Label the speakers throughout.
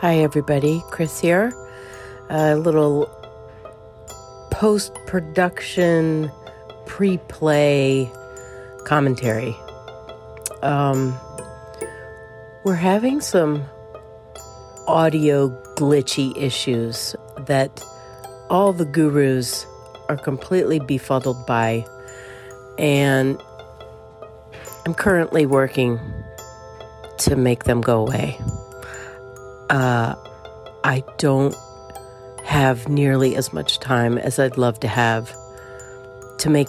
Speaker 1: Hi, everybody. Chris here. A little post production pre play commentary. Um, we're having some audio glitchy issues that all the gurus are completely befuddled by. And I'm currently working to make them go away. Uh, I don't have nearly as much time as I'd love to have to make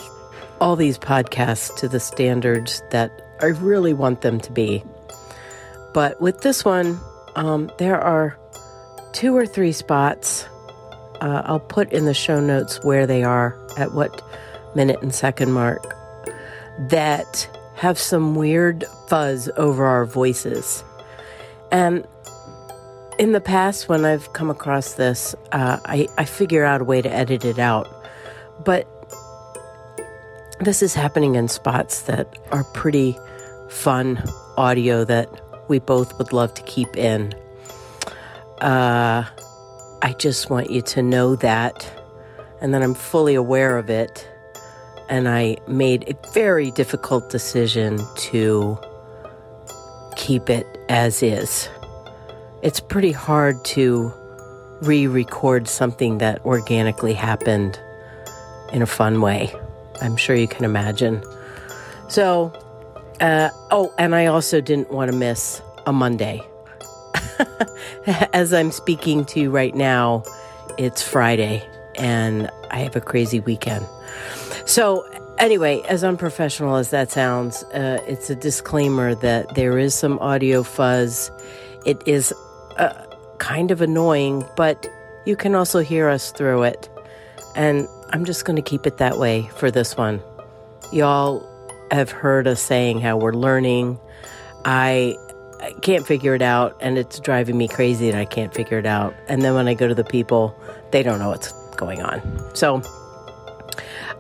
Speaker 1: all these podcasts to the standards that I really want them to be. But with this one, um, there are two or three spots. Uh, I'll put in the show notes where they are at what minute and second mark that have some weird fuzz over our voices. And in the past, when I've come across this, uh, I, I figure out a way to edit it out. But this is happening in spots that are pretty fun audio that we both would love to keep in. Uh, I just want you to know that, and that I'm fully aware of it. And I made a very difficult decision to keep it as is it's pretty hard to re record something that organically happened in a fun way. I'm sure you can imagine. So, uh, oh, and I also didn't want to miss a Monday. As I'm speaking to you right now, it's Friday and I have a crazy weekend. So, anyway, as unprofessional as that sounds, uh, it's a disclaimer that there is some audio fuzz. It is uh, kind of annoying, but you can also hear us through it. And I'm just going to keep it that way for this one. Y'all have heard us saying how we're learning. I I can't figure it out, and it's driving me crazy that I can't figure it out. And then when I go to the people, they don't know what's going on. So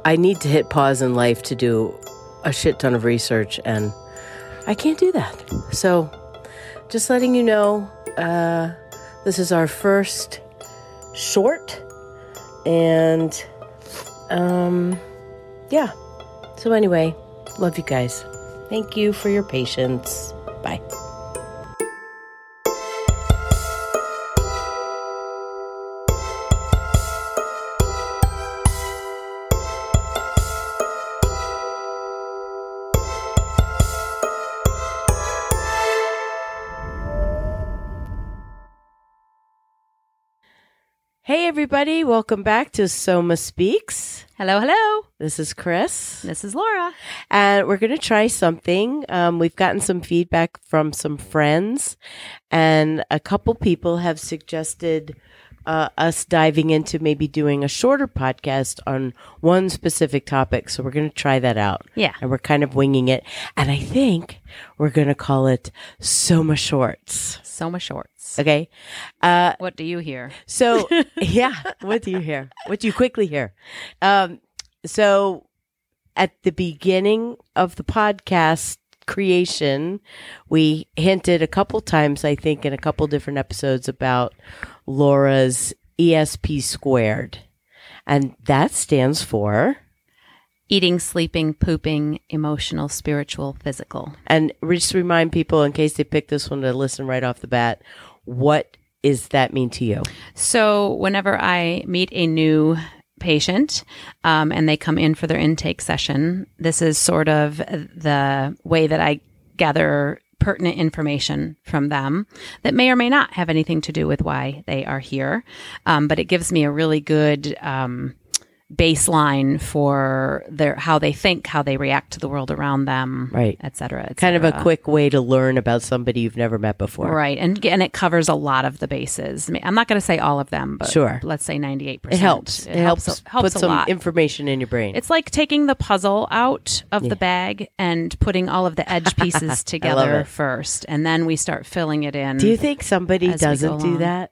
Speaker 1: I need to hit pause in life to do a shit ton of research, and I can't do that. So just letting you know, uh, this is our first short, and um, yeah. So, anyway, love you guys. Thank you for your patience. Bye. Hey, everybody, welcome back to Soma Speaks.
Speaker 2: Hello, hello.
Speaker 1: This is Chris.
Speaker 2: This is Laura.
Speaker 1: and we're going to try something. Um, we've gotten some feedback from some friends, and a couple people have suggested uh, us diving into maybe doing a shorter podcast on one specific topic. So we're going to try that out.
Speaker 2: Yeah.
Speaker 1: And we're kind of winging it. And I think we're going to call it Soma Shorts.
Speaker 2: Soma Shorts.
Speaker 1: Okay. Uh,
Speaker 2: What do you hear?
Speaker 1: so yeah, what do you hear? What do you quickly hear? Um, so at the beginning of the podcast creation, we hinted a couple times, I think, in a couple different episodes about Laura's ESP squared, and that stands for.
Speaker 2: Eating, sleeping, pooping, emotional, spiritual, physical.
Speaker 1: And just remind people in case they pick this one to listen right off the bat, what does that mean to you?
Speaker 2: So, whenever I meet a new patient um, and they come in for their intake session, this is sort of the way that I gather pertinent information from them that may or may not have anything to do with why they are here. Um, but it gives me a really good. Um, baseline for their how they think how they react to the world around them
Speaker 1: Right.
Speaker 2: et cetera, et
Speaker 1: Kind of a
Speaker 2: cetera.
Speaker 1: quick way to learn about somebody you've never met before.
Speaker 2: right and and it covers a lot of the bases I mean, i'm not going to say all of them but
Speaker 1: Sure.
Speaker 2: let's say 98%
Speaker 1: It helps. It, helps,
Speaker 2: a- helps
Speaker 1: put
Speaker 2: a
Speaker 1: some
Speaker 2: lot
Speaker 1: information in your brain.
Speaker 2: it's like taking the puzzle out of
Speaker 1: Yeah.
Speaker 2: the bag and putting all of the edge pieces together
Speaker 1: it.
Speaker 2: first and then we start filling it in
Speaker 1: do you think somebody
Speaker 2: As we go
Speaker 1: doesn't do
Speaker 2: along.
Speaker 1: that?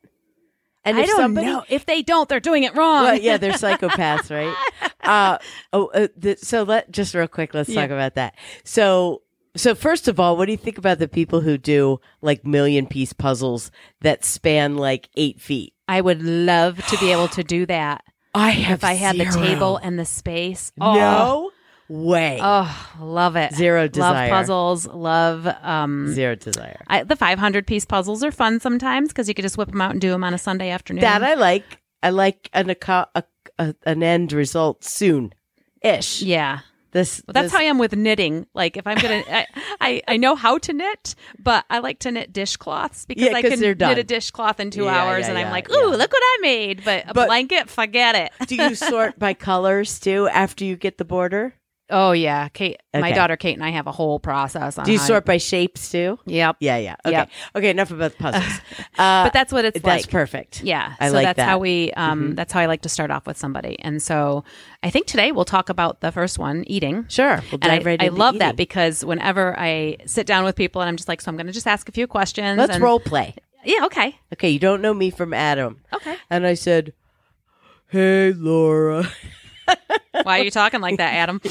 Speaker 1: And
Speaker 2: i don't know if they don't they're doing it wrong
Speaker 1: Well, yeah, they're psychopaths, right? Uh, oh, uh, the, so let just real quick, let's
Speaker 2: Yeah.
Speaker 1: talk about that. So, So first of all, what do you think about the people who do like million piece puzzles that span like eight feet?
Speaker 2: I would love to be able to do that
Speaker 1: I have
Speaker 2: if I had the
Speaker 1: zero.
Speaker 2: table and the space. Oh,
Speaker 1: No way.
Speaker 2: Oh, love it.
Speaker 1: Zero desire.
Speaker 2: Love puzzles. Love um,
Speaker 1: Zero desire.
Speaker 2: I, the 500 piece puzzles are fun sometimes because you could just whip them out and do them on a Sunday afternoon.
Speaker 1: That I like. I like an aco- a, a, an end result soon, ish.
Speaker 2: yeah.
Speaker 1: This
Speaker 2: Well, that's
Speaker 1: this-
Speaker 2: how I am with knitting. Like if I'm gonna, I, I I know how to knit, but I like to knit dishcloths because
Speaker 1: Yeah,
Speaker 2: I
Speaker 1: 'cause
Speaker 2: can
Speaker 1: they're
Speaker 2: knit
Speaker 1: done.
Speaker 2: a dishcloth in two
Speaker 1: Yeah,
Speaker 2: hours,
Speaker 1: yeah,
Speaker 2: and
Speaker 1: yeah,
Speaker 2: I'm like,
Speaker 1: yeah.
Speaker 2: ooh, look what I made! But a
Speaker 1: But-
Speaker 2: blanket, forget it.
Speaker 1: Do you sort by colors too after you get the border?
Speaker 2: oh yeah, Kate, my
Speaker 1: Okay.
Speaker 2: daughter Kate and I have a whole process on.
Speaker 1: Do you
Speaker 2: how-
Speaker 1: sort by shapes too?
Speaker 2: Yep.
Speaker 1: Yeah, yeah. Okay,
Speaker 2: Yep.
Speaker 1: okay. Enough about the puzzles. Uh,
Speaker 2: But that's what it's
Speaker 1: that's
Speaker 2: like.
Speaker 1: perfect.
Speaker 2: Yeah.
Speaker 1: I
Speaker 2: so
Speaker 1: like
Speaker 2: that's
Speaker 1: that. Mm-hmm.
Speaker 2: how we um that's how I like to start off with somebody. And so I think today we'll talk about the first one, eating.
Speaker 1: Sure. We'll
Speaker 2: and I,
Speaker 1: dive right
Speaker 2: I
Speaker 1: into E.
Speaker 2: love that
Speaker 1: eating.
Speaker 2: because whenever I sit down with people and I'm just like, so I'm going to just ask a few questions.
Speaker 1: Let's
Speaker 2: and-
Speaker 1: role play.
Speaker 2: Yeah. Okay.
Speaker 1: Okay, you don't know me from Adam,
Speaker 2: Okay.
Speaker 1: and I said, "Hey, Laura."
Speaker 2: Why are you talking like that, Adam?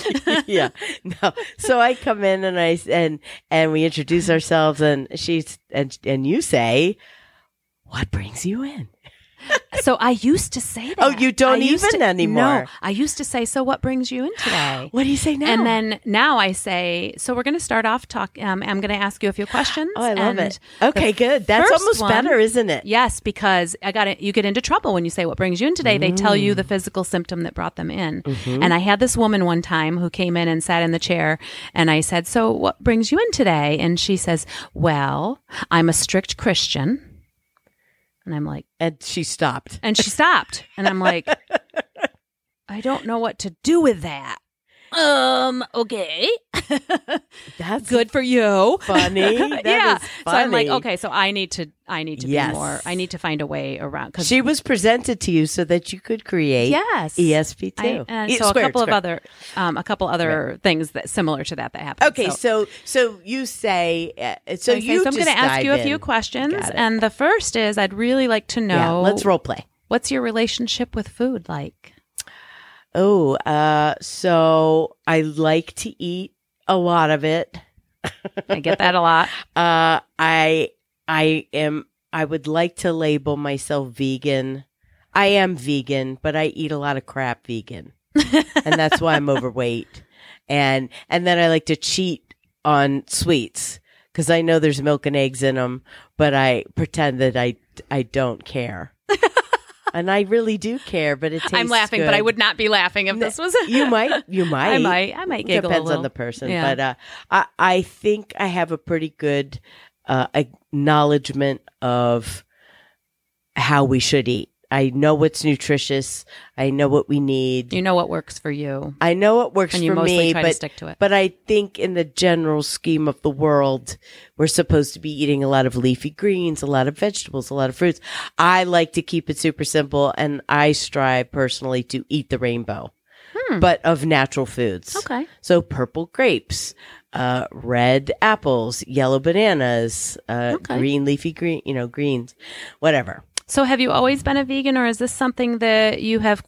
Speaker 1: yeah. No. So I come in and I and and we introduce ourselves and she's and and you say, "What brings you in?"
Speaker 2: so I used to say that.
Speaker 1: Oh, you don't
Speaker 2: I used
Speaker 1: even
Speaker 2: to-
Speaker 1: anymore.
Speaker 2: No, I used to say, so what brings you in today?
Speaker 1: What do you say now?
Speaker 2: And then now I say, so we're going to start off talk. Um, I'm going to ask you a few questions.
Speaker 1: oh, I love
Speaker 2: and
Speaker 1: it. Okay, good. That's
Speaker 2: first
Speaker 1: almost
Speaker 2: one-
Speaker 1: better, isn't it?
Speaker 2: Yes, because I got it. You get into trouble when you say what brings you in today. They tell you the
Speaker 1: Mm.
Speaker 2: physical symptom that brought them in.
Speaker 1: Mm-hmm.
Speaker 2: And I had this woman one time who came in and sat in the chair, and I said, "So what brings you in today?" And she says, "Well, I'm a strict Christian." And I'm like,
Speaker 1: And she stopped.
Speaker 2: and she stopped, and I'm like, I don't know what to do with that. Um. Okay.
Speaker 1: That's
Speaker 2: Good for you.
Speaker 1: funny. That
Speaker 2: yeah.
Speaker 1: is
Speaker 2: So I'm like,
Speaker 1: funny.
Speaker 2: okay, so I need to, I need to
Speaker 1: Yes.
Speaker 2: be more. I need to find a way around. Cause
Speaker 1: She was presented to you so that you could create
Speaker 2: yes,
Speaker 1: ESP
Speaker 2: I-
Speaker 1: E two. E
Speaker 2: and so a couple of other, um, a couple other things that similar to that that happened.
Speaker 1: Okay, so so, you say uh, so,
Speaker 2: I say,
Speaker 1: you.
Speaker 2: I'm
Speaker 1: going to
Speaker 2: ask you a few questions,
Speaker 1: Got it.
Speaker 2: and the first is I'd really like to know.
Speaker 1: Yeah, let's role play.
Speaker 2: What's your relationship with food like?
Speaker 1: Oh, uh, so I like to eat a lot of it.
Speaker 2: I get that a lot.
Speaker 1: Uh, I I am I would like to label myself vegan. I am vegan, but I eat a lot of crap vegan, and that's why I'm overweight. And and then I like to cheat on sweets because I know there's milk and eggs in them, but I pretend that I I don't care. And I really do care, but it tastes.
Speaker 2: I'm laughing, but I
Speaker 1: good.
Speaker 2: would not be laughing if
Speaker 1: No,
Speaker 2: this was.
Speaker 1: You might. You might.
Speaker 2: I might. I might giggle a
Speaker 1: depends
Speaker 2: little.
Speaker 1: on the person
Speaker 2: Yeah.
Speaker 1: but uh, I, I think i have a pretty good uh, acknowledgement of how we should eat i know what's nutritious i know what we need
Speaker 2: you know what works for you,
Speaker 1: i know what works
Speaker 2: and you
Speaker 1: for
Speaker 2: mostly
Speaker 1: me
Speaker 2: try
Speaker 1: but
Speaker 2: to stick to it.
Speaker 1: but I think in the general scheme of the world, we're supposed to be eating a lot of leafy greens, a lot of vegetables, a lot of fruits. I like to keep it super simple and I strive personally to eat the rainbow,
Speaker 2: Hmm.
Speaker 1: but of natural foods.
Speaker 2: okay.
Speaker 1: So purple grapes, uh, red apples, yellow bananas, uh,
Speaker 2: Okay.
Speaker 1: green leafy green, you know, greens, whatever.
Speaker 2: So, have you always been a vegan, or is this something that you have?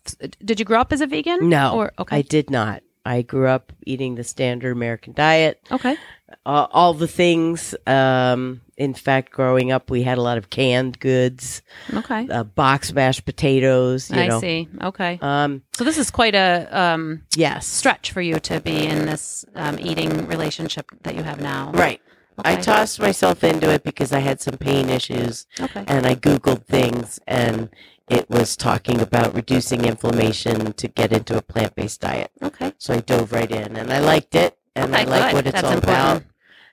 Speaker 2: Did you grow up as a vegan?
Speaker 1: No,
Speaker 2: Or okay.
Speaker 1: I did not. I grew up eating the standard American diet,
Speaker 2: Okay.
Speaker 1: uh, all the things. Um, in fact, growing up, we had a lot of canned goods,
Speaker 2: Okay.
Speaker 1: uh, box mashed potatoes. You
Speaker 2: I
Speaker 1: know.
Speaker 2: see. Okay.
Speaker 1: Um,
Speaker 2: So this is quite a um,
Speaker 1: yes.
Speaker 2: stretch for you to be in this um, eating relationship that you have now.
Speaker 1: Right. I
Speaker 2: Okay.
Speaker 1: tossed myself into it because I had some pain issues
Speaker 2: Okay.
Speaker 1: and I Googled things, and it was talking about reducing inflammation to get into a plant based diet.
Speaker 2: Okay.
Speaker 1: So I dove right in, and I liked it, and I
Speaker 2: Okay,
Speaker 1: like
Speaker 2: good.
Speaker 1: what it's
Speaker 2: That's
Speaker 1: all about.
Speaker 2: important.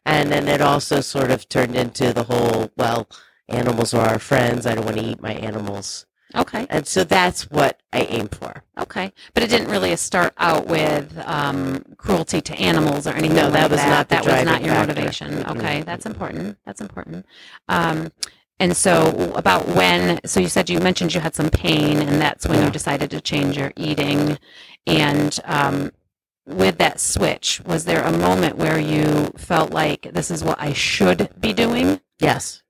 Speaker 1: And then it also sort of turned into the whole well, animals are our friends. I don't want to eat my animals,
Speaker 2: Okay.
Speaker 1: and so that's what I aim for.
Speaker 2: Okay. But it didn't really start out with um, cruelty to animals or anything
Speaker 1: No, that
Speaker 2: like
Speaker 1: was not
Speaker 2: that.
Speaker 1: the
Speaker 2: that was not
Speaker 1: driving
Speaker 2: your
Speaker 1: factor.
Speaker 2: motivation.
Speaker 1: Mm-mm.
Speaker 2: Okay. That's important. That's important. Um, and so about when so you said you mentioned you had some pain and that's when you decided to change your eating and um, with that switch was there a moment where you felt like this is what i should be doing
Speaker 1: Yes,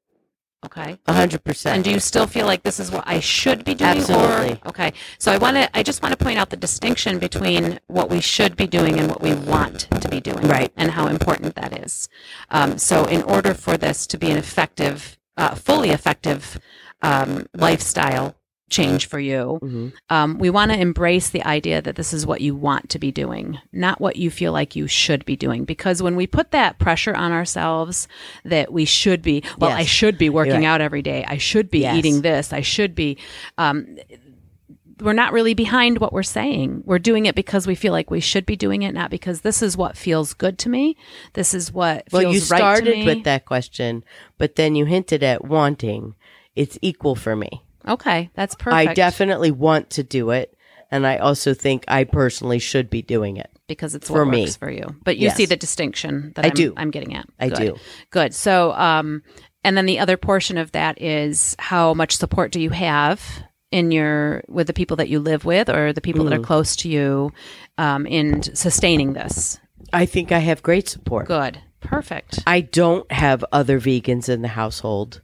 Speaker 2: okay
Speaker 1: a hundred
Speaker 2: and
Speaker 1: percent.
Speaker 2: do you still feel like this is what I should be doing?
Speaker 1: Absolutely.
Speaker 2: Or, okay. So I want to. I just want to point out the distinction between what we should be doing and what we want to to be doing
Speaker 3: Right.
Speaker 2: and how important that is. Um, so, in order for this to be an effective, uh, fully effective um, lifestyle change for you,
Speaker 1: Mhm.
Speaker 2: um, we want to embrace the idea that this is what you want to be doing, not what you feel like you should be doing. Because when we put that pressure on ourselves that we should be, well,
Speaker 1: Yes.
Speaker 2: I should be working
Speaker 1: You're right.
Speaker 2: out every day, I should be
Speaker 1: Yes.
Speaker 2: eating this, I should be. Um, we're not really behind what we're saying. We're doing it because we feel like we should be doing it, not because this is what feels good to me. This is what
Speaker 1: Well,
Speaker 2: feels
Speaker 1: you started
Speaker 2: right to me.
Speaker 1: with that question, but then you hinted at wanting. It's equal for me.
Speaker 2: Okay, that's perfect.
Speaker 1: I definitely want to do it, and I also think I personally should be doing it.
Speaker 2: because it's
Speaker 1: For
Speaker 2: what
Speaker 1: me.
Speaker 2: works for you. But you
Speaker 1: Yes.
Speaker 2: see the distinction that
Speaker 1: I
Speaker 2: am
Speaker 1: do.
Speaker 2: I'm getting at.
Speaker 1: I
Speaker 2: Good.
Speaker 1: do.
Speaker 2: Good. So, um, and then the other portion of that is how much support do you have in your with the people that you live with or the people
Speaker 1: Mm.
Speaker 2: that are close to you um, in sustaining this?
Speaker 1: I think I have great support.
Speaker 2: Good. Perfect.
Speaker 1: I don't have other vegans in the household.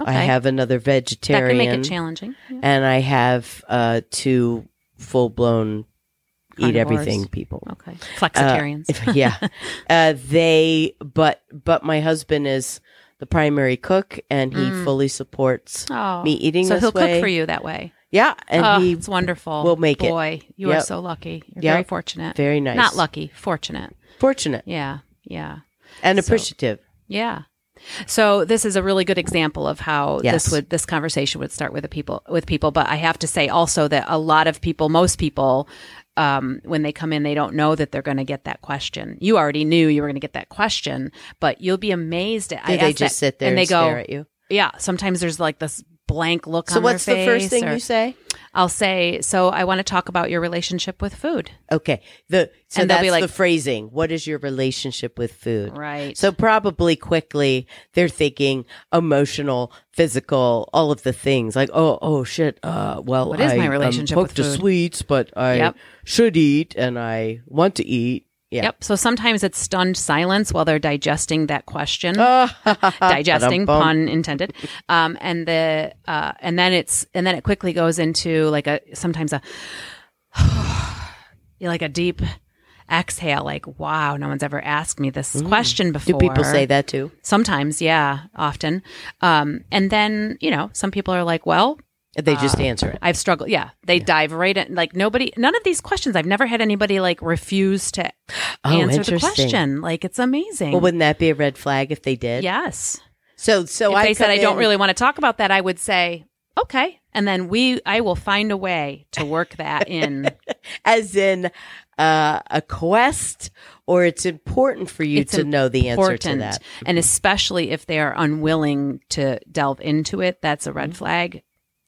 Speaker 1: I
Speaker 2: Okay.
Speaker 1: have another
Speaker 2: That
Speaker 1: vegetarian,
Speaker 2: can make it challenging. Yeah.
Speaker 1: and I have uh, two full blown eat
Speaker 2: Carnivores.
Speaker 1: everything people.
Speaker 2: Okay.
Speaker 1: Uh,
Speaker 2: Flexitarians.
Speaker 1: if- yeah. Uh, they, but but my husband is the primary cook, and he fully supports
Speaker 2: Mm. oh,
Speaker 1: me eating
Speaker 2: so
Speaker 1: this
Speaker 2: he'll
Speaker 1: way.
Speaker 2: cook for you that way.
Speaker 1: Yeah, and
Speaker 2: oh,
Speaker 1: he
Speaker 2: it's wonderful.
Speaker 1: will make it.
Speaker 2: Boy, you are
Speaker 1: Yep.
Speaker 2: so lucky. You're
Speaker 1: Yep.
Speaker 2: very fortunate.
Speaker 1: very nice,
Speaker 2: Not lucky, fortunate.
Speaker 1: fortunate,
Speaker 2: Yeah. Yeah.
Speaker 1: and
Speaker 2: So-
Speaker 1: appreciative.
Speaker 2: Yeah. So this is a really good example of how
Speaker 1: Yes.
Speaker 2: this would this conversation would start with the people with people. But I have to say also that a lot of people, most people, um, when they come in, they don't know that they're going to get that question. You already knew you were going to get that question, but you'll be amazed at.
Speaker 1: Do
Speaker 2: I
Speaker 1: they
Speaker 2: asked
Speaker 1: just
Speaker 2: that-
Speaker 1: sit there and,
Speaker 2: and they
Speaker 1: stare
Speaker 2: go,
Speaker 1: at you?
Speaker 2: "Yeah." Sometimes there's like this blank look
Speaker 1: So
Speaker 2: on their
Speaker 1: what's the first
Speaker 2: face
Speaker 1: thing
Speaker 2: or-
Speaker 1: you say?
Speaker 2: I'll say, "So I want to talk about your relationship with food."
Speaker 1: Okay, the so
Speaker 2: And they'll
Speaker 1: that's
Speaker 2: be like-
Speaker 1: the phrasing. What is your relationship with food?
Speaker 2: Right.
Speaker 1: So probably quickly they're thinking emotional, physical, all of the things like oh oh shit. Uh, well,
Speaker 2: What is
Speaker 1: I,
Speaker 2: my relationship
Speaker 1: I'm
Speaker 2: with
Speaker 1: hooked to
Speaker 2: food?
Speaker 1: sweets, but I
Speaker 2: Yep.
Speaker 1: should eat and I want to eat. Yeah.
Speaker 2: Yep. So sometimes it's stunned silence while they're digesting that question.
Speaker 1: digesting
Speaker 2: digesting pun intended um, and the uh, and then it's and then it quickly goes into like a sometimes a like a deep exhale like wow no one's ever asked me this question
Speaker 1: Mm. Do
Speaker 2: before
Speaker 1: people say that too?
Speaker 2: sometimes yeah often um, and then you know some people are like well
Speaker 1: They just
Speaker 2: uh,
Speaker 1: answer it.
Speaker 2: I've struggled. Yeah, they dive right in. Like nobody, none of these questions. I've never had anybody like refuse to
Speaker 1: Oh,
Speaker 2: answer the
Speaker 1: interesting.
Speaker 2: question. Like it's amazing.
Speaker 1: Well, wouldn't that be a red flag if they did?
Speaker 2: yes,
Speaker 1: So so
Speaker 2: if
Speaker 1: I
Speaker 2: they said
Speaker 1: come
Speaker 2: I
Speaker 1: in-
Speaker 2: don't really want to talk about that, I would say okay, and then we I will find a way to work that in.
Speaker 1: as in uh, a quest, or it's important for you
Speaker 2: It's
Speaker 1: to know the answer to
Speaker 2: important.
Speaker 1: that. Mm-hmm.
Speaker 2: and especially if they are unwilling to delve into it, that's a red flag.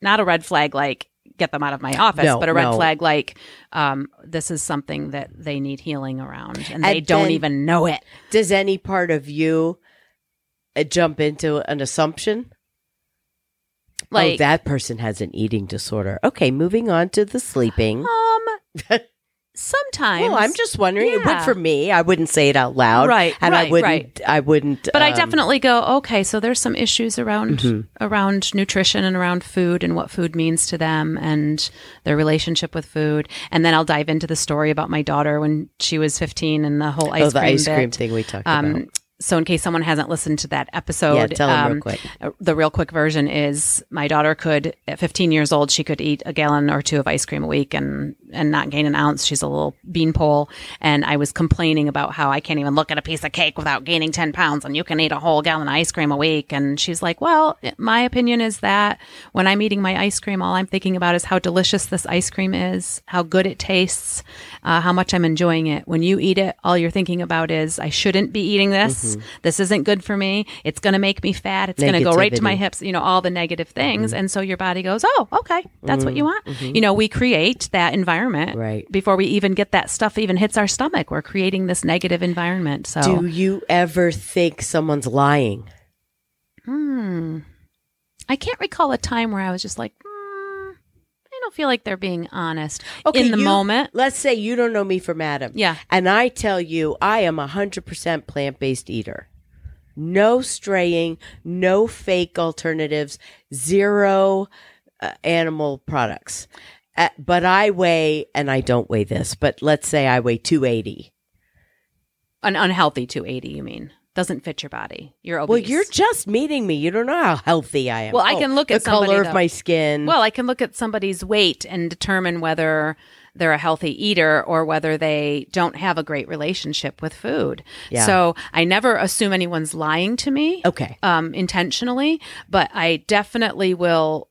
Speaker 2: Not a red flag like get them out of my office,
Speaker 1: Mm-hmm. No,
Speaker 2: but a red
Speaker 1: no.
Speaker 2: flag like um, this is something that they need healing around, and, they
Speaker 1: And
Speaker 2: don't
Speaker 1: then-
Speaker 2: even know it.
Speaker 1: Does any part of you uh, jump into an assumption?
Speaker 2: Like
Speaker 1: oh, that person has an eating disorder. Okay, moving on to the sleeping.
Speaker 2: Um, sometimes.
Speaker 1: well, I'm just wondering. It would
Speaker 2: yeah.
Speaker 1: for me. I wouldn't say it out loud,
Speaker 2: Right,
Speaker 1: And I
Speaker 2: right,
Speaker 1: wouldn't.
Speaker 2: right.
Speaker 1: I wouldn't.
Speaker 2: But I
Speaker 1: um,
Speaker 2: definitely go. Okay, so there's some issues around
Speaker 1: Mhm.
Speaker 2: around nutrition and around food and what food means to them and their relationship with food. And then I'll dive into the story about my daughter when she was 15 and the whole ice
Speaker 1: oh, the
Speaker 2: cream
Speaker 1: ice cream
Speaker 2: bit.
Speaker 1: thing we talked about.
Speaker 2: Um, so in case someone hasn't listened to that episode,
Speaker 1: Yeah, tell them
Speaker 2: um,
Speaker 1: real quick.
Speaker 2: uh, the real quick version is my daughter could at 15 years old she could eat a gallon or two of ice cream a week and and not gain an ounce she's a little beanpole and i was complaining about how i can't even look at a piece of cake without gaining 10 pounds and you can eat a whole gallon of ice cream a week and she's like well my opinion is that when i'm eating my ice cream all i'm thinking about is how delicious this ice cream is how good it tastes uh, how much i'm enjoying it when you eat it all you're thinking about is i shouldn't be eating this this isn't good for me it's going to make me fat it's going to go right to my
Speaker 1: Negativity. Mm-hmm.
Speaker 2: hips, you know, all the negative things. And so your body goes, oh, okay, that's what you want. You know, we create that environment
Speaker 1: Right.
Speaker 2: before we even get that stuff even hits our stomach. We're creating this negative environment. So,
Speaker 1: Do you ever think someone's lying?
Speaker 2: hmm. I can't recall a time where I was just like, hmm, I don't feel like they're being honest in the
Speaker 1: you-
Speaker 2: moment.
Speaker 1: Let's say you don't know me from Adam.
Speaker 2: Yeah.
Speaker 1: And I tell you, I am a 100% plant based eater. No straying, no fake alternatives, zero uh, animal products. Uh, but I weigh, and I don't weigh this, but let's say I weigh 280.
Speaker 2: An unhealthy 280, you mean? Doesn't fit your body. You're obese.
Speaker 1: Well, you're just meeting me. You don't know how healthy I am. Oh,
Speaker 2: Well, I can look at
Speaker 1: the color
Speaker 2: somebody,
Speaker 1: of
Speaker 2: though.
Speaker 1: my skin.
Speaker 2: Well, I can look at somebody's weight and determine whether they're a healthy eater or whether they don't have a great relationship with food.
Speaker 1: Yeah. Oh.
Speaker 2: So I never assume anyone's lying to me
Speaker 1: okay.
Speaker 2: um, intentionally, but I definitely will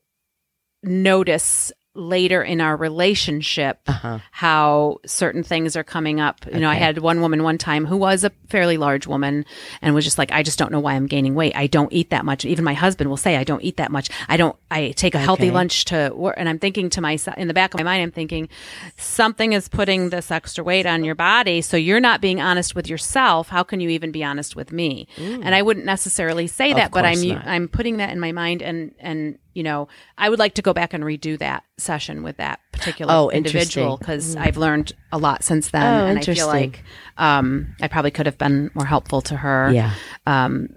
Speaker 2: notice later in our relationship
Speaker 1: Uh huh.
Speaker 2: how certain things are coming up. You know, I
Speaker 1: Okay.
Speaker 2: had one woman one time who was a fairly large woman and was just like, I just don't know why I'm gaining weight. I don't eat that much. Even my husband will say, I don't eat that much. I don't, I take a healthy
Speaker 1: Okay.
Speaker 2: lunch to work. And I'm thinking to myself, in the back of my mind, I'm thinking, something is putting this extra weight on your body. So you're not being honest with yourself. How can you even be honest with me? And I wouldn't necessarily say
Speaker 1: Of
Speaker 2: that, but I'm,
Speaker 1: course not.
Speaker 2: I'm putting that in my mind and, and, you know, I would like to go back and redo that session with that particular
Speaker 1: Oh, Mm.
Speaker 2: individual because I've learned a lot since then,
Speaker 1: Oh,
Speaker 2: and I feel
Speaker 1: interesting.
Speaker 2: like um, I probably could have been more helpful to her.
Speaker 1: Yeah.
Speaker 2: Um,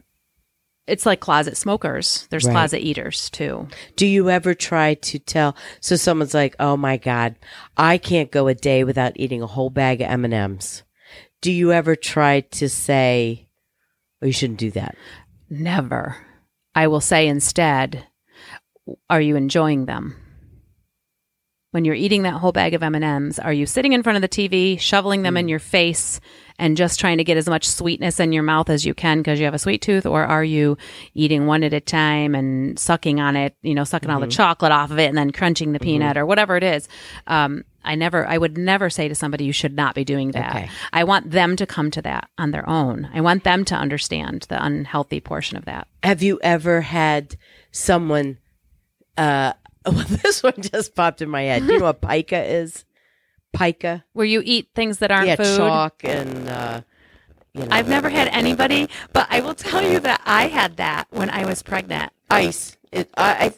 Speaker 2: it's like closet smokers. There's
Speaker 1: Right.
Speaker 2: closet eaters too.
Speaker 1: Do you ever try to tell? So someone's like, "Oh my god, I can't go a day without eating a whole bag of M and M's." Do you ever try to say, "Oh, you shouldn't do that"?
Speaker 2: Never. I will say instead, are you enjoying them? When you're eating that whole bag of M&Ms, are you sitting in front of the TV, shoveling them
Speaker 1: Mm.
Speaker 2: in your face and just trying to get as much sweetness in your mouth as you can because you have a sweet tooth or are you eating one at a time and sucking on it, you know, sucking
Speaker 1: Mm-hmm.
Speaker 2: all the chocolate off of it and then crunching the peanut or whatever it is? Um I never I would never say to somebody you should not be doing that.
Speaker 1: Okay.
Speaker 2: I want them to come to that on their own. I want them to understand the unhealthy portion of that.
Speaker 1: Have you ever had someone? Uh, well, this one just popped in my head. You know what pica is? Pica,
Speaker 2: Where you eat things that aren't
Speaker 1: yeah,
Speaker 2: food.
Speaker 1: chalk and uh, you know,
Speaker 2: I've never had anybody, but I will tell you that I had that when I was pregnant.
Speaker 1: ice. It, I,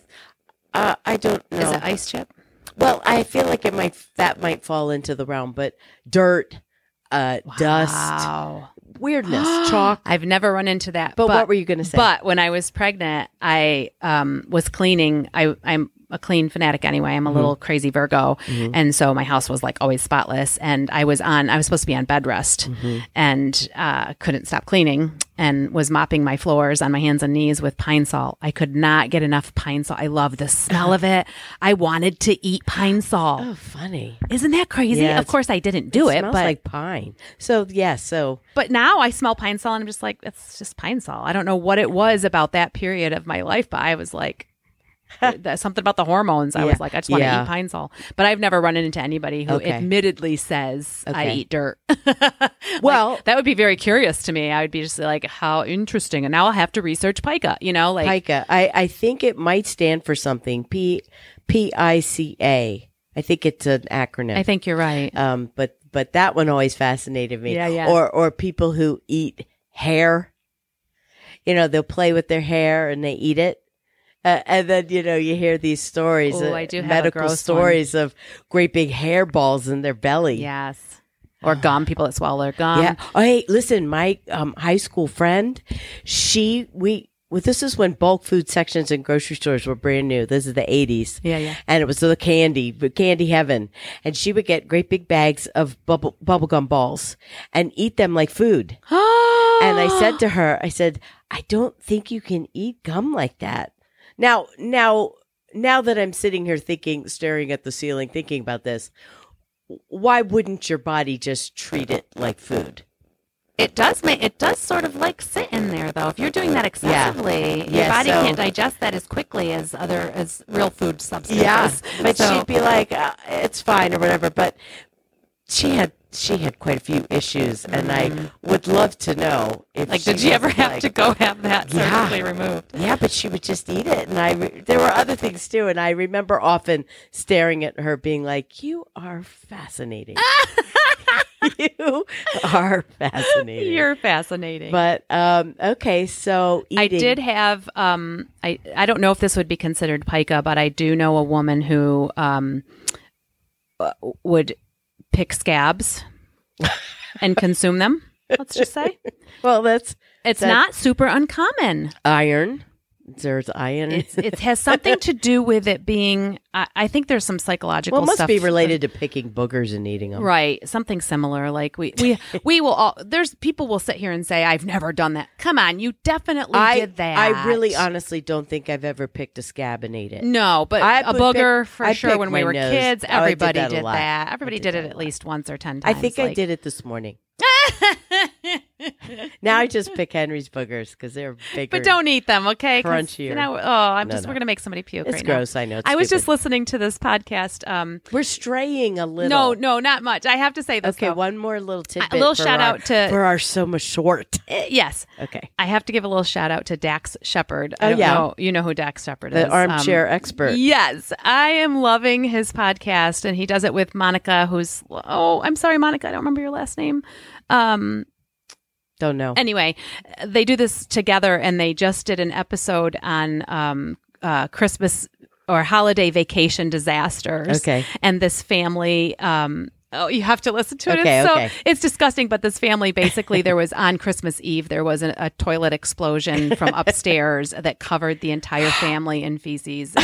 Speaker 1: I, uh, I don't know.
Speaker 2: Is it ice chip?
Speaker 1: Well, I feel like it might that might fall into the realm, but dirt, uh, dust,
Speaker 2: Wow.
Speaker 1: weirdness, chalk.
Speaker 2: I've never run into that.
Speaker 1: But, what were you going to say?
Speaker 2: But when I was pregnant, I um, was cleaning. I, I'm a clean fanatic anyway.
Speaker 1: Mm-hmm.
Speaker 2: I'm a little crazy Virgo, and so my house was like always spotless. And I was on. I was supposed to be on bed rest,
Speaker 1: Mm-hmm.
Speaker 2: and uh, couldn't stop cleaning. And was mopping my floors on my hands and knees with pine salt. I could not get enough pine salt. I love the smell of it. I wanted to eat pine salt.
Speaker 1: oh, funny.
Speaker 2: Isn't that crazy?
Speaker 1: Yeah,
Speaker 2: of
Speaker 1: it's-
Speaker 2: course, I didn't do it,
Speaker 1: smells
Speaker 2: but
Speaker 1: like pine. So yeah, so
Speaker 2: but now I smell pine sol and I'm just like, that's just pine sol. I don't know what it was about that period of my life, but I was like, that's something about the hormones. I
Speaker 1: Yeah.
Speaker 2: was like, I just want to
Speaker 1: Yeah.
Speaker 2: eat pine sol. But I've never run into anybody who
Speaker 1: Okay.
Speaker 2: admittedly says I
Speaker 1: Okay.
Speaker 2: eat dirt.
Speaker 1: Well-
Speaker 2: Like, that would be very curious to me. I would be just like, how interesting. And now I'll have to research pica, you know, like,
Speaker 1: pica. I I think it might stand for something. P P I C A. I think it's an acronym.
Speaker 2: I think you're right.
Speaker 1: um, but but that one always fascinated me.
Speaker 2: Yeah, yeah.
Speaker 1: Or or people who eat hair. You know, they'll play with their hair and they eat it. Uh, and then you know you hear these stories,
Speaker 2: Ooh,
Speaker 1: uh,
Speaker 2: I do have a
Speaker 1: medical
Speaker 2: gross one.
Speaker 1: stories of great big hair balls in their belly.
Speaker 2: yes. Or gum, people that swallow their gum.
Speaker 1: yeah. Oh, hey, listen, my um, high school friend, she we well, this is when bulk food sections in grocery stores were brand new. This is the eighties
Speaker 2: Yeah, yeah.
Speaker 1: and it was the candy, the candy heaven. And she would get great big bags of bubble bubblegum balls and eat them like food. and I said to her, I said, I don't think you can eat gum like that. Now, now, now that I'm sitting here thinking, staring at the ceiling, thinking about this, why wouldn't your body just treat it like food?
Speaker 2: It does make it does sort of like sit in there though. If you're doing that excessively, your
Speaker 1: Yeah,
Speaker 2: body
Speaker 1: so-
Speaker 2: can't digest that as quickly as other as real food substances.
Speaker 1: but
Speaker 2: So-
Speaker 1: she'd be like, uh, "It's fine" or whatever. But she had she had quite a few issues, and I would love to know if
Speaker 2: Mm-hmm. like,
Speaker 1: she
Speaker 2: did you ever
Speaker 1: was
Speaker 2: have
Speaker 1: like-
Speaker 2: to go have that
Speaker 1: Yeah.
Speaker 2: surgically removed?
Speaker 1: Yeah, but she would just eat it, and I re- there were other things too, and I remember often staring at her, being like, "You are fascinating. you are fascinating."
Speaker 2: You're fascinating.
Speaker 1: but um, okay, so eating.
Speaker 2: I did have um I I don't know if this would be considered pica, but I do know a woman who um uh, would pick scabs and consume them. Let's just say
Speaker 1: Well, that's That's-
Speaker 2: it's not super uncommon.
Speaker 1: iron. There's iron.
Speaker 2: It's, it has something to do with it being. I, I think there's some psychological.
Speaker 1: well, it must
Speaker 2: stuff
Speaker 1: be related to picking boogers and eating them.
Speaker 2: Right, something similar. Like we we we will all. There's people will sit here and say, "I've never done that." Come on, you definitely
Speaker 1: I
Speaker 2: did that.
Speaker 1: I really honestly don't think I've ever picked a scab and ate it.
Speaker 2: No, but
Speaker 1: I
Speaker 2: a
Speaker 1: would
Speaker 2: booger for
Speaker 1: I
Speaker 2: sure.
Speaker 1: pick
Speaker 2: When we
Speaker 1: my
Speaker 2: were
Speaker 1: nose.
Speaker 2: kids,
Speaker 1: Oh, I did
Speaker 2: everybody
Speaker 1: that a
Speaker 2: did
Speaker 1: lot.
Speaker 2: that.
Speaker 1: I
Speaker 2: Everybody
Speaker 1: did
Speaker 2: did,
Speaker 1: that
Speaker 2: it
Speaker 1: a
Speaker 2: at
Speaker 1: lot.
Speaker 2: least once or ten
Speaker 1: I
Speaker 2: times.
Speaker 1: think I
Speaker 2: like-
Speaker 1: did it this morning. Now I just pick Henry's boogers because they're bigger.
Speaker 2: but don't eat them, okay? 'Cause,
Speaker 1: Crunchier.
Speaker 2: You know, oh, I'm
Speaker 1: No,
Speaker 2: just
Speaker 1: no.
Speaker 2: we're gonna make somebody puke
Speaker 1: It's
Speaker 2: right now.
Speaker 1: gross. I know. It's
Speaker 2: I was
Speaker 1: stupid.
Speaker 2: just listening to this podcast. Um,
Speaker 1: We're straying a little.
Speaker 2: no, no, not much. I have to say this.
Speaker 1: Okay,
Speaker 2: though.
Speaker 1: one more little tidbit.
Speaker 2: little
Speaker 1: for
Speaker 2: shout
Speaker 1: our-
Speaker 2: out to-
Speaker 1: for our Soma short.
Speaker 2: Eh, yes,
Speaker 1: Okay,
Speaker 2: I have to give a little shout out to Dax Shepard.
Speaker 1: Oh,
Speaker 2: I don't
Speaker 1: yeah.
Speaker 2: know, you know who Dax Shepard is?
Speaker 1: the
Speaker 2: Um,
Speaker 1: armchair expert.
Speaker 2: Yes, I am loving his podcast, and he does it with Monica, who's oh, I'm sorry, Monica, I don't remember your last name. Um,
Speaker 1: Don't know.
Speaker 2: anyway, they do this together, and they just did an episode on um, uh, Christmas or holiday vacation disasters.
Speaker 1: Okay.
Speaker 2: and this family. Um, Oh, you have to listen to it.
Speaker 1: Okay,
Speaker 2: it's so
Speaker 1: okay.
Speaker 2: it's disgusting, but this family basically there was on Christmas Eve there was an, a toilet explosion from upstairs that covered the entire family in feces.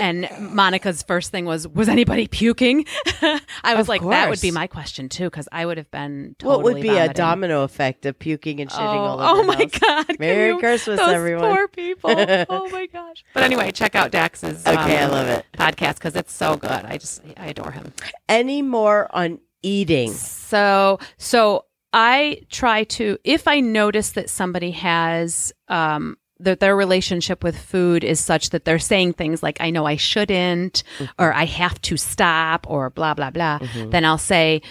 Speaker 2: And, and Monica's first thing was, was anybody puking? I was
Speaker 1: Of
Speaker 2: like, that
Speaker 1: course.
Speaker 2: would be my question too, because I would have been
Speaker 1: what
Speaker 2: totally
Speaker 1: would be a
Speaker 2: vomiting.
Speaker 1: domino effect of puking and shitting
Speaker 2: Oh,
Speaker 1: all over
Speaker 2: oh my
Speaker 1: the house?
Speaker 2: god! Can
Speaker 1: Merry
Speaker 2: you-
Speaker 1: Christmas,
Speaker 2: those
Speaker 1: everyone.
Speaker 2: Poor people. Oh my gosh! But anyway, check out Dax's um,
Speaker 1: Okay, I love it.
Speaker 2: podcast because it's so good. I just I adore him.
Speaker 1: Any more on eating?
Speaker 2: So, so I try to if I notice that somebody has um that their relationship with food is such that they're saying things like I know I shouldn't or I have to stop or blah blah blah, then I'll say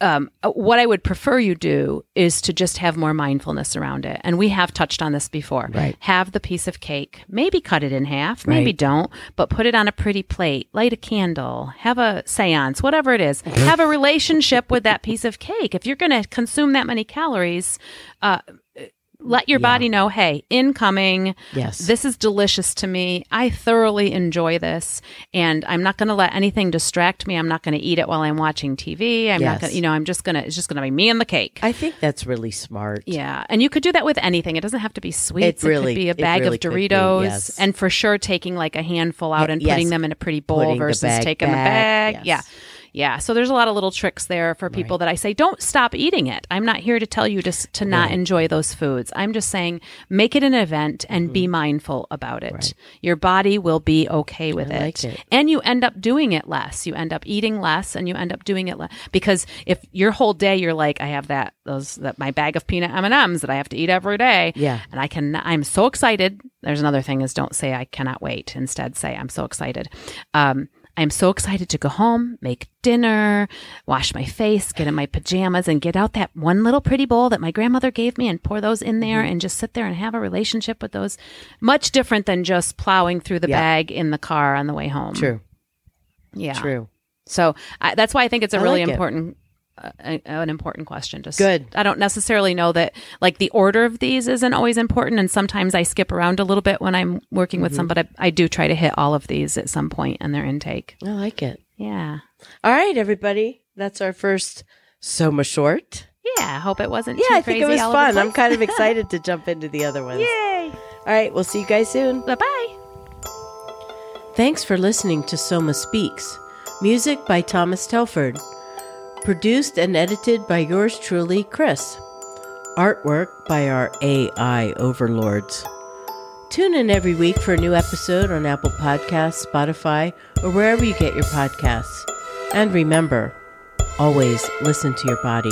Speaker 2: um, what I would prefer you do is to just have more mindfulness around it. And we have touched on this before.
Speaker 1: Right.
Speaker 2: Have the piece of cake, maybe cut it in half, maybe
Speaker 1: Right.
Speaker 2: don't, but put it on a pretty plate, light a candle, have a seance, whatever it is.
Speaker 1: Mm-hmm.
Speaker 2: have a relationship with that piece of cake. If you're going to consume that many calories, uh, let your body know hey, incoming.
Speaker 1: Yes.
Speaker 2: This is delicious to me. I thoroughly enjoy this, and I'm not going to let anything distract me. I'm not going to eat it while I'm watching TV.
Speaker 1: Yes.
Speaker 2: I'm not going, to you know, I'm just going to it's just going to be me and the cake.
Speaker 1: I think that's really smart.
Speaker 2: yeah, and you could do that with anything. It doesn't have to be sweets.
Speaker 1: really-
Speaker 2: could be a
Speaker 1: it
Speaker 2: bag
Speaker 1: really
Speaker 2: of
Speaker 1: could be,
Speaker 2: Doritos,
Speaker 1: yes.
Speaker 2: and for sure taking like a handful out
Speaker 1: Ye-
Speaker 2: and
Speaker 1: yes.
Speaker 2: putting them in a pretty bowl
Speaker 1: Putting the
Speaker 2: versus
Speaker 1: bag
Speaker 2: taking
Speaker 1: back,
Speaker 2: the bag.
Speaker 1: yes.
Speaker 2: Yeah, yeah. So there's a lot of little tricks there for people that I say don't stop eating it. I'm not here to tell you to s- to not enjoy those foods. I'm just saying make it an event and be
Speaker 1: Mm-hmm.
Speaker 2: mindful about it. Your body will be okay with it.
Speaker 1: like it.
Speaker 2: And you end up doing it less. You end up eating less and you end up doing it less because if your whole day you're like I have that those that my bag of peanut M&Ms that I have to eat every day.
Speaker 1: Yeah.
Speaker 2: And I can I'm so excited. There's another thing is don't say I cannot wait. Instead say I'm so excited. Um I'm so excited to go home, make dinner, wash my face, get in my pajamas, and get out that one little pretty bowl that my grandmother gave me and pour those in
Speaker 1: Mm-hmm.
Speaker 2: there and just sit there and have a relationship with those. Much different than just plowing through the
Speaker 1: Yeah.
Speaker 2: bag in the car on the way home.
Speaker 1: True.
Speaker 2: Yeah.
Speaker 1: True.
Speaker 2: So I, that's why I think it's a
Speaker 1: I
Speaker 2: really
Speaker 1: like it.
Speaker 2: important, uh, a- an important question. Just
Speaker 1: Good.
Speaker 2: I don't necessarily know that like the order of these isn't always important, and sometimes I skip around a little bit when I'm working with somebody.
Speaker 1: Mm-hmm.
Speaker 2: I do try to hit all of these at some point in their intake.
Speaker 1: I like it.
Speaker 2: Yeah,
Speaker 1: All right, everybody. That's our first Soma short.
Speaker 2: yeah. I hope it wasn't.
Speaker 1: Yeah,
Speaker 2: too
Speaker 1: I think it was
Speaker 2: crazy all over the
Speaker 1: fun. I'm
Speaker 2: place.
Speaker 1: kind of excited to jump into the other ones.
Speaker 2: Yay!
Speaker 1: All right, we'll see you guys soon.
Speaker 2: Bye bye.
Speaker 1: Thanks for listening to Soma Speaks. Music by Thomas Telford. Produced and edited by yours truly, Chris. Artwork by our AI overlords. Tune in every week for a new episode on Apple Podcasts, Spotify, or wherever you get your podcasts. And remember, always listen to your body.